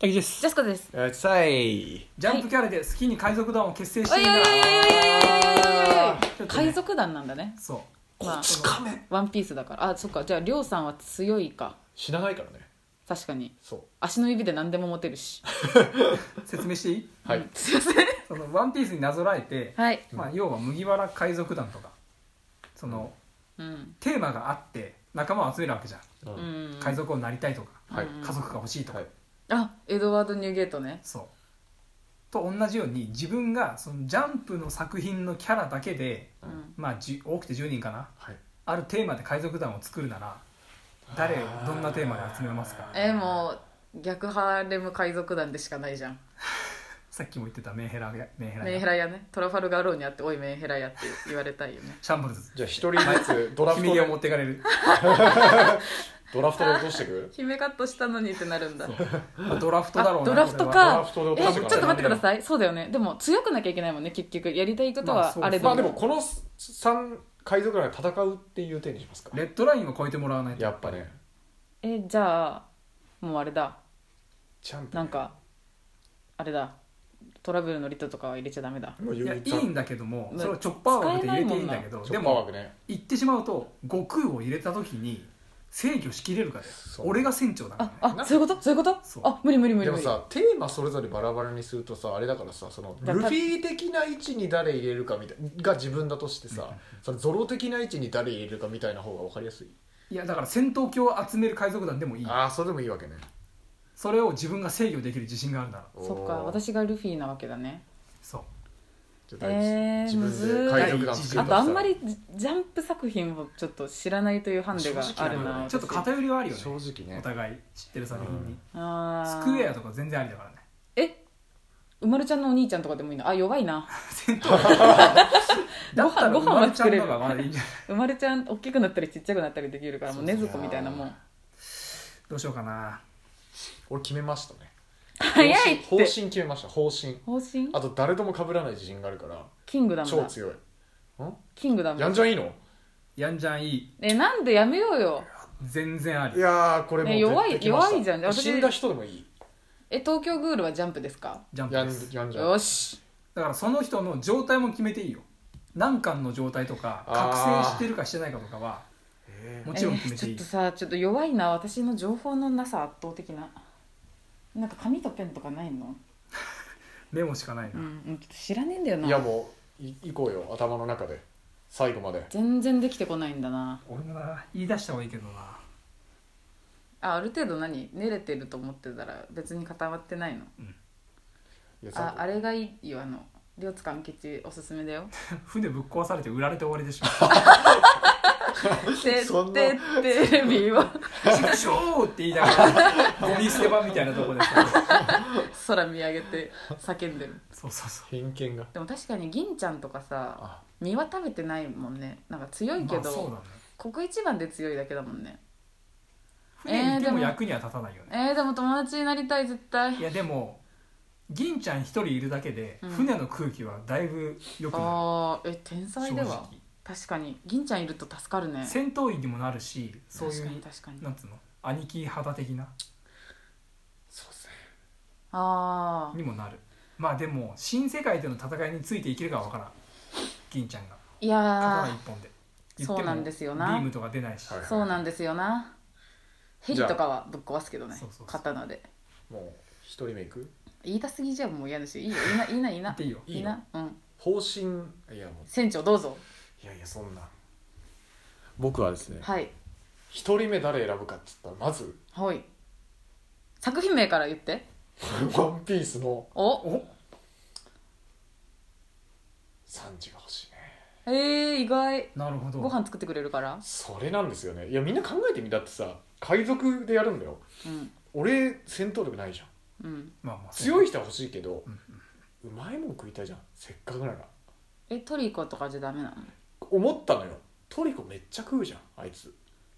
滝でジすャスコですえーちさいジャンプキャラでスキーに海賊団を結成しておいいおいおるいおいおいおいおいおいおいちょっとね海賊団なんだねそうまあつかめワンピースだからあそっかじゃありょうさんは強いか死なないからね確かにそう足の指で何でも持てるし説明していいはい、うんすいませんそのワンピースになぞらえて、はいまあ、要は麦わら海賊団とかそのうんテーマがあって仲間を集めるわけじゃんうんうん海賊をなりたいとかはいうん家族が欲しいとか、はいあエドワード・ニューゲートねそうと同じように自分がそのジャンプの作品のキャラだけで、ううんんまあ、じゅ多くて10人かなはいあるテーマで海賊団を作るなら誰をどんなテーマで集めますかえもう逆ハーレム海賊団でしかないじゃんさっきも言ってたメンヘラやメンヘラやメンヘラやねトラファルガーローにあって「おいメンヘラや」って言われたいよねシャンブルズじゃあ一人ずつドラフ君トにでを持ってかれるドラフトで落としてく姫カットしたのにってなるんだあドラフトだろうあなドラフトこれドはかラフトで落えとしてちくょっと待ってくださいそうだよねでも強くなきゃいけないもんね結局やりたいことまあはそうあれまどあでももこの3海賊団が戦うっていう手にしますかレッドラインを超えてもらわないとやっぱねえじゃあもうあれだチャンプなんかあれだトラブルのリトとかは入れちゃダメだもういや言いったチいんだけどもねそれをチョッパー枠で入れていいんだけどョでッパーも枠ね言ってしまうと悟空を入れた時に制御しきれるかでそう俺が船長だからあねあそういうことそういうことそうあ無理無理無理でも無理さテーマそれぞれバラバラにするとさあれだからさそのだルフィ的な位置に誰入れるかみたいが自分だとしてさそのゾロ的な位置に誰入れるかみたいな方が分かりやすいいやだから戦闘機を集める海賊団でもいいああそれでもいいわけねそれを自分が制御できる自信があるならそっかおー私がルフィなわけだねそうじゃあ第一えー、自む分ずで海ーい賊団い作あるととあしんたまらりジャンプ作品をちょっと知らないというハンデがあるなちょっと偏りはあるよね正直おね互い知ってる作品にあスークエアとか全然ありだからねえうまるちゃんのお兄ちゃんとかでもいいのあ弱い な戦闘機ごだった飯らご飯まるはちゃ作んれのるがまだいいんじゃないうまるちゃん大きくなったりちっちゃくなったりできるからもうそねうそうずこみたいなもんどうしようかな俺決めましたね早いっ方針方針て決めました方針方針あと誰とも被らない自信があるからキングダム超だ強いキングダムやんじゃんいいのやんじゃんいいえなんでやめようよ全然ありいやーこれもうね弱い絶対来ました弱いじゃん私死んだ人でもいいえ東京グールはジャンプですかジャンプやんですやんじゃんよしだからその人の状態も決めていいよ何巻の状態とか覚あー醒してるかしてないかとかはえーもちろん決めていえいちょっとさちょっと弱いな私の情報のなさ圧倒的ななんか紙とペンとかないのメモしかないうんな、うんちょっと知らねえんだよいやなもうい行こうよ頭の中で最後まで全然できてこないんだな俺もな言い出した方がいいけどなあある程度何寝れてると思ってたら別に固まってないのいやさああれがいいよあの両津勘吉おすすめだよ船ぶっ壊されて売られて終わりで しょ でそんなでテレビは 「ショー!」って言いながらゴミ捨て場みたいなとこでさ空見上げて叫んでるそうそうそう偏見がでも確かに銀ちゃんとかさあ身は食べてないもんねなんか強いけまあ、そうど、だね国一番で強いだけだもんね船えにいてーでもも役には立たないよね、えー、でも友達になりたい絶対いやでも銀ちゃん一人いるだけでうん船の空気はだいぶ良くなあーえ天る、才正では直確かに銀ちゃんいると助かるね戦闘員にもなるしそうい確かにう確かになんつうの兄貴肌的なそうですねああにもなるまあでも新世界での戦いについていけるかは分からん銀ちゃんがいや刀ー一本でそうなんですよなビームとか出ないし、はいそうなんですよなヘリとかはぶっ壊すけどねそうそうそう刀でもう一人目いく言いたすぎじゃもう嫌だしいいよいいないいないい言なって いいよいいのいいなうん方針いやもう船長どうぞいやいやそんな僕はですねはい一人目誰選ぶかっつったらまず はい作品名から言って「ワンピースのおおサンジが欲しいねえー、意外なるほどご飯作ってくれるからそれなんですよねいやみんな考えてみだってさ海賊でやるんだようん俺戦闘力ないじゃんうんまあまあ強いい人は欲しいけど、うんうまいもん食いたいじゃんせっかくならえトリコとかじゃダメなの思ったのよトリコめっちゃ食うじゃんあいつ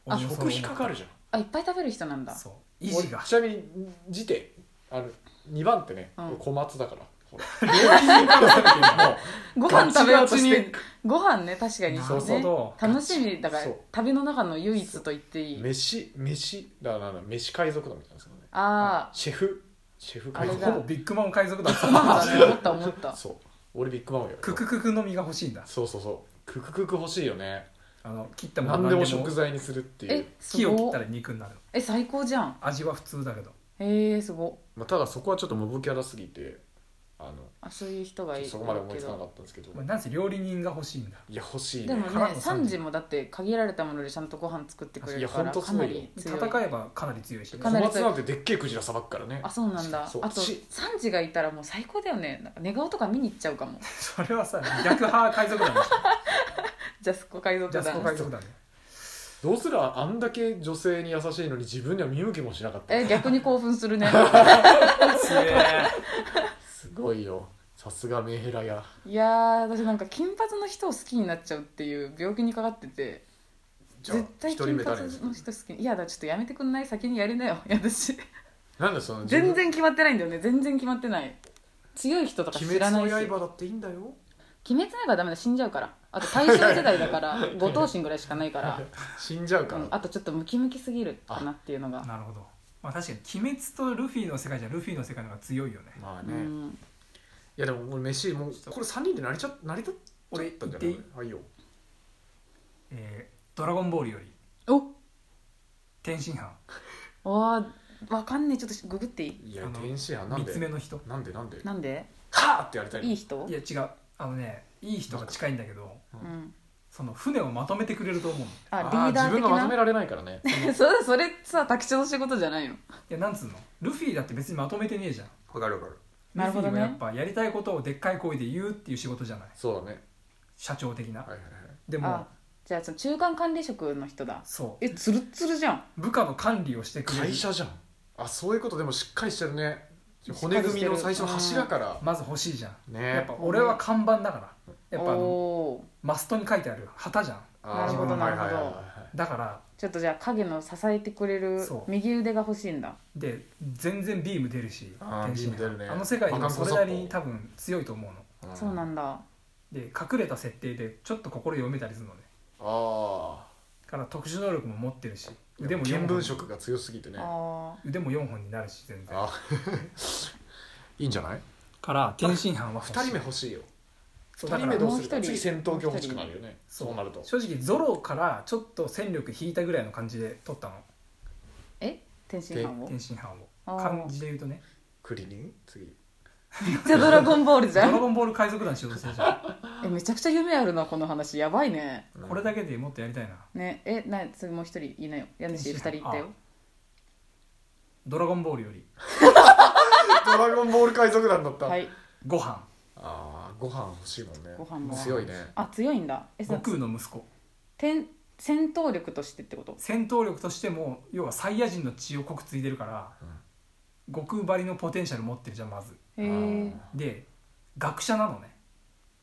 あ食費かかるじゃんあいっぱい食べる人なんだそう維持が俺ちなみに次手あの2番ってね、うん小松だから ほらもごう飯食べようとしガチてガご飯ね確かになるねほど楽しみだからそう旅の中の唯一と言っていチにい飯飯だからなんだ飯海賊団みたいなそのねあシェフシェフあ海れ賊だほぼビッグマン海 賊団だね思った思っ たそう俺ビッグマンをやるククククの実が欲しいんだそうそうそうクククク欲しいよねあの切ったもの何でも食材にするっていうえす木を切っごたら肉になるえ最高じゃん味は普通だけどへえすごまあ、ただそこはちょっとモブキャラすぎてああそういう人がいのるそこまで思いつかなかどったんですけどまあなんせ料理人が欲しいんだいや欲しいでねもからねのサンジもだって限られたものでちゃんとご飯作ってくれるかいやらほんとかそうよなり強戦いえばかなり強いしねか小なり松なんてでっけえクジラさばくからねあそうなんだあそうとしサンジがいたらもう最高だよねなんか寝顔とか見に行っちゃうかも それはさ逆派海賊団でしジャスコ海ょ賊ジャスコ団海賊団ねどうすらあんだけ女性に優しいのに自分には見向きもしなかったえ逆に興奮す るね強えすごいよさすがメンヘラやいやー私なんか金髪の人を好きになっちゃうっていう病気にかかっててじゃあ絶対一人金目髪誰のにする人好きにいやだちょっとやめてくんない先にやり なよいや私なんでその自分全然決まってないんだよね全然決まってない強い人とか知鬼らない滅しの刃だっていいんだよ鬼滅の刃はダメだ死んじゃうからあと大正世代だから 五等身ぐらいしかないから、死んじゃうかうら、ん、あとちょっとムキムキすぎるかなっていうのが、なるほど、まあ、確かに鬼滅とルフィの世界じゃルフィの世界の方が強いよねまあうね、いん、やでも俺飯もうこれ3人で成りちゃ成り立っちゃ俺ったんじゃ言なっいていいはいよえードラゴンボールよりお天津飯わーわかんねえちょっとググっていいいやあの天使やなん三でつ目の人なんでなんでなんでカーってやりたいのいい人いや違うあのねいい人が近いんだけどうん、その船をまとめてくれると思うのあリあーダ自ー分的がまとめなられないからねそうだ それさ卓長の仕事じゃないのいやなんつうのルフィだって別にまとめてねえじゃんわかるわかるなるほどねルフィはやっぱやりたいことをでっかい声で言うっていう仕事じゃないそうだね社長的な、はいはいはいでもあじゃあその中間管理職の人だそえツルッツルじゃんう部下の管理をしてくれる会社じゃんあそういうことでもしっかりしてるね骨組みの最初の柱からまず欲しいじゃん、ねやっぱ俺は看板だからやっぱあのおーマストに書いてある旗じゃんあーなるほどはいなるほどはいはいはいだからちょっとじゃあ影の支えてくれるそう右腕が欲しいんだで全然ビーム出るしあー天ビ津ーム出るねあの世界でもバカンそコれソッポなりに多分強いと思うのそうなんだだで隠れた設定でちょっと心読めたりするのねあだから特殊能力も持ってるしあ腕も見4聞本色が強すぎてねああ腕も4本になるし全然あいいんじゃないから天津飯は欲しい2人目欲しいよそう2だか人ら目どうするもうか一人次戦闘機欲しくなるよねそうそうなると正直ゾロからちょっと戦力引いたぐらいの感じで取ったのーえ天津飯を天津飯をあー感じで言うとねクリニン次めっちゃドラゴンボー ルじドゃラんゴンボール海賊団しようとするじ ゃんえめちゃくちゃ夢あるなこの話やばいねこれだけけでもっとやりたいなねえな次もう一人いないよ家主二人いったよドラゴンボールよりドラゴンボール海賊団だったはいご飯ああご飯欲しいもんねご飯も強いねあ強いんだえ悟さ空の息子戦戦闘力としてってこと戦闘力としても要はサイヤ人の血を濃くついてるから、悟空ばりのポテンシャル持ってるじゃんまずへえで学者なのね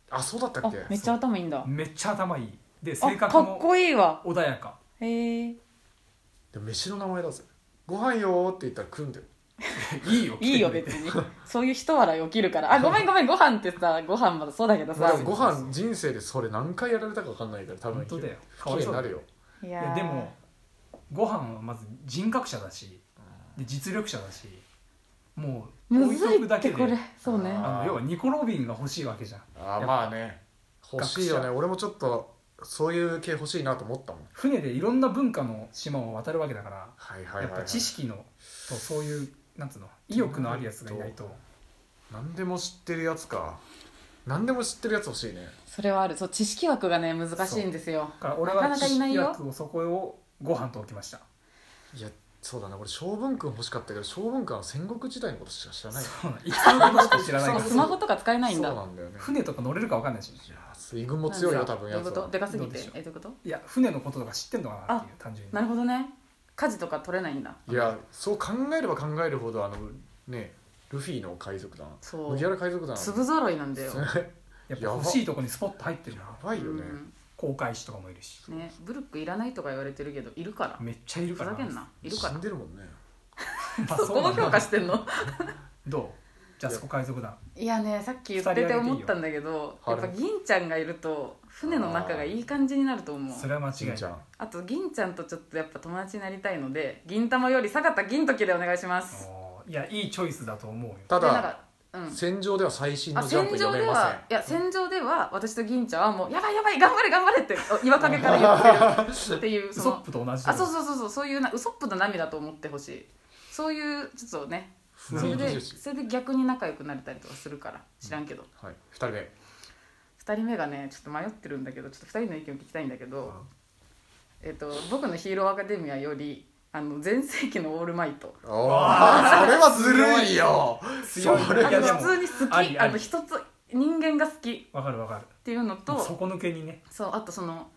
あそうだったあっけめっちゃ頭いいんだめっちゃ頭いいであ性格かっもこいいわ穏やかへえでも飯の名前だぜご飯よーって言ったら来るんだよいいよいいよ来てく別れてにそういう人笑い起きるからあごめんごめんご飯ってさご飯まだそうだけどまあさでもご飯人生でそれ何回やられたか分かんないから多分本当だよ不機嫌になるよいいややーでもご飯はまず人格者だしで実力者だしもうむずいってこれそうねああの要はニコ・ロビンが欲しいわけじゃんあーやっぱまあね欲しいよ学ね俺もちょっとそういう系欲しいなと思ったもん船でいろんな文化の島を渡るわけだからはいはいはい、やっはい、ぱ知識のとそういうなんつうの意欲のあるやつがいないと何でも知ってるやつか何でも知ってるやつ欲しいねそれはあるそう知識枠がね難しいんですよだから俺なかはな知かいない識よ役をそこをご飯と置き ましたいやそうだね俺将軍君欲しかったけど将軍君は戦国時代のことしか知らないそうなの戦のことしか知らないそかうらスマホとか使えないんそうだなんだよね船とか乗れるか分かんないしいやー水軍も強いよ多分どういやうつことはでかすぎどうてでしょうえどういうこといや船のこととか知ってんのかなっていう単純になるほどね家事とか取れないんだいやそう考えれば考えるほどあのねルフィの海賊団そう麦わら海賊団粒揃 いなんだよ、やっぱ欲しいとこにスポッと入ってるなやばいよね、航海士とかもいるしうんねブルックいらないとか言われてるけどいるからめっちゃいるふからざけんないるか死んらでるもんねまあそこ もうなんだ評価してんのどうジャスコ海賊団いやねさっき言ってて思ったんだけど二人挙やっげぱてい銀ちゃんがいると船の中がいい感じになると思うそれは間違いしんないちゃんあと銀ちゃんとちょっとやっぱ友達になりたいので銀玉より坂田銀時でお願いしますおーいやいいチョイスだと思うよたでなんだかうん戦場では最新あのジャンプ戦場読でめまはいや戦場では私と銀ちゃんはもう「やばいやばい頑張れ頑張れ」ってお岩陰から言ってるっていうウそソッのプと同じだあよそうそうそうそうそういうなウソップの涙と思ってほしいそういうちょっとねせんそ雰れ囲気で重視それで逆に仲良くなれたりとかするから知らんけど、はい2人目2人目がねちょっと迷ってるんだけどちょっと2人の意見を聞きたいんだけど、えっと僕の「ヒーローアカデミア」よりあの全盛期の「オールマイト」ああそれはずるいよ強いそあれのいやでも普通に好きあありありの一つ人間が好きっわかるわかるていうのと底抜けにねそうあとその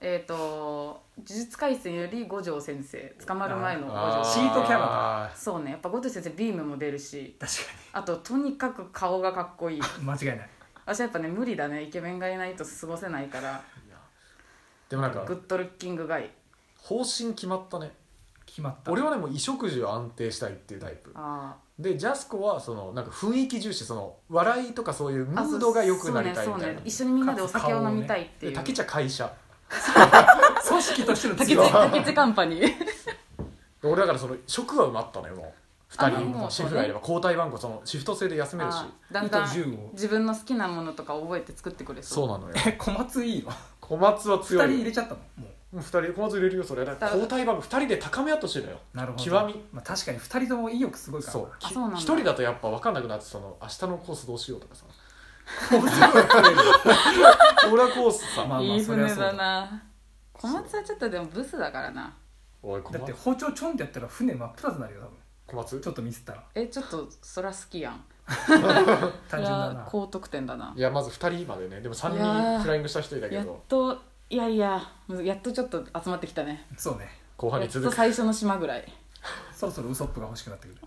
えっ、と「呪術廻戦」より五条先生捕まる前の五あ条シートキャラそうねやっぱ五条先生ビームも出るし確あととにかく顔がかっこいいかに間違いない私はやっぱね無理だねイケメンがいないと過ごせないからでもなんかグッドルッキングがいい方針決まったね決まった俺はねもう衣食住安定したいっていうタイプあでジャスコはそのなんか雰囲気重視その笑いとかそういうムーあードが良くなりたいみそうたいなねそうね一緒にみんなでお酒を飲みたいっていでう竹茶会社組織としての竹強内い竹内カンパニーで俺だからその職は埋まったのよもうあ2も人うシェフがいれば交代番号そのシフト制で休めるしあーだんだ糸10んを自分の好きなものとかを覚えて作ってくれそううなのよえ小松いいよ小松は二強い人入よれちゃったのもうん二人小松入れるよそれだから交代番号2人で高め合っとしてるのようなるほど極みまあ、確かに二人とも意欲すごいからそうあそうなんだ1人だとやっぱ分かんなくなってその明日のコースどうしようと かさ俺はコースさ、まあまあいいそりゃ船そうだだな小松はちょっとでもブスだからなおい小だって松包丁ちょんってやったら船真っ二つになるよ多分小松ちょっとミスったらえちょっとそら好きやんそれ単純だはな高得点だないやまず2人までねでも3いやー人フライングした人だけやっどといやいやむずやっとちょっと集まってきたねそうね後半やにっと続く最初の島ぐらいそろそろウソップが欲しくなってくる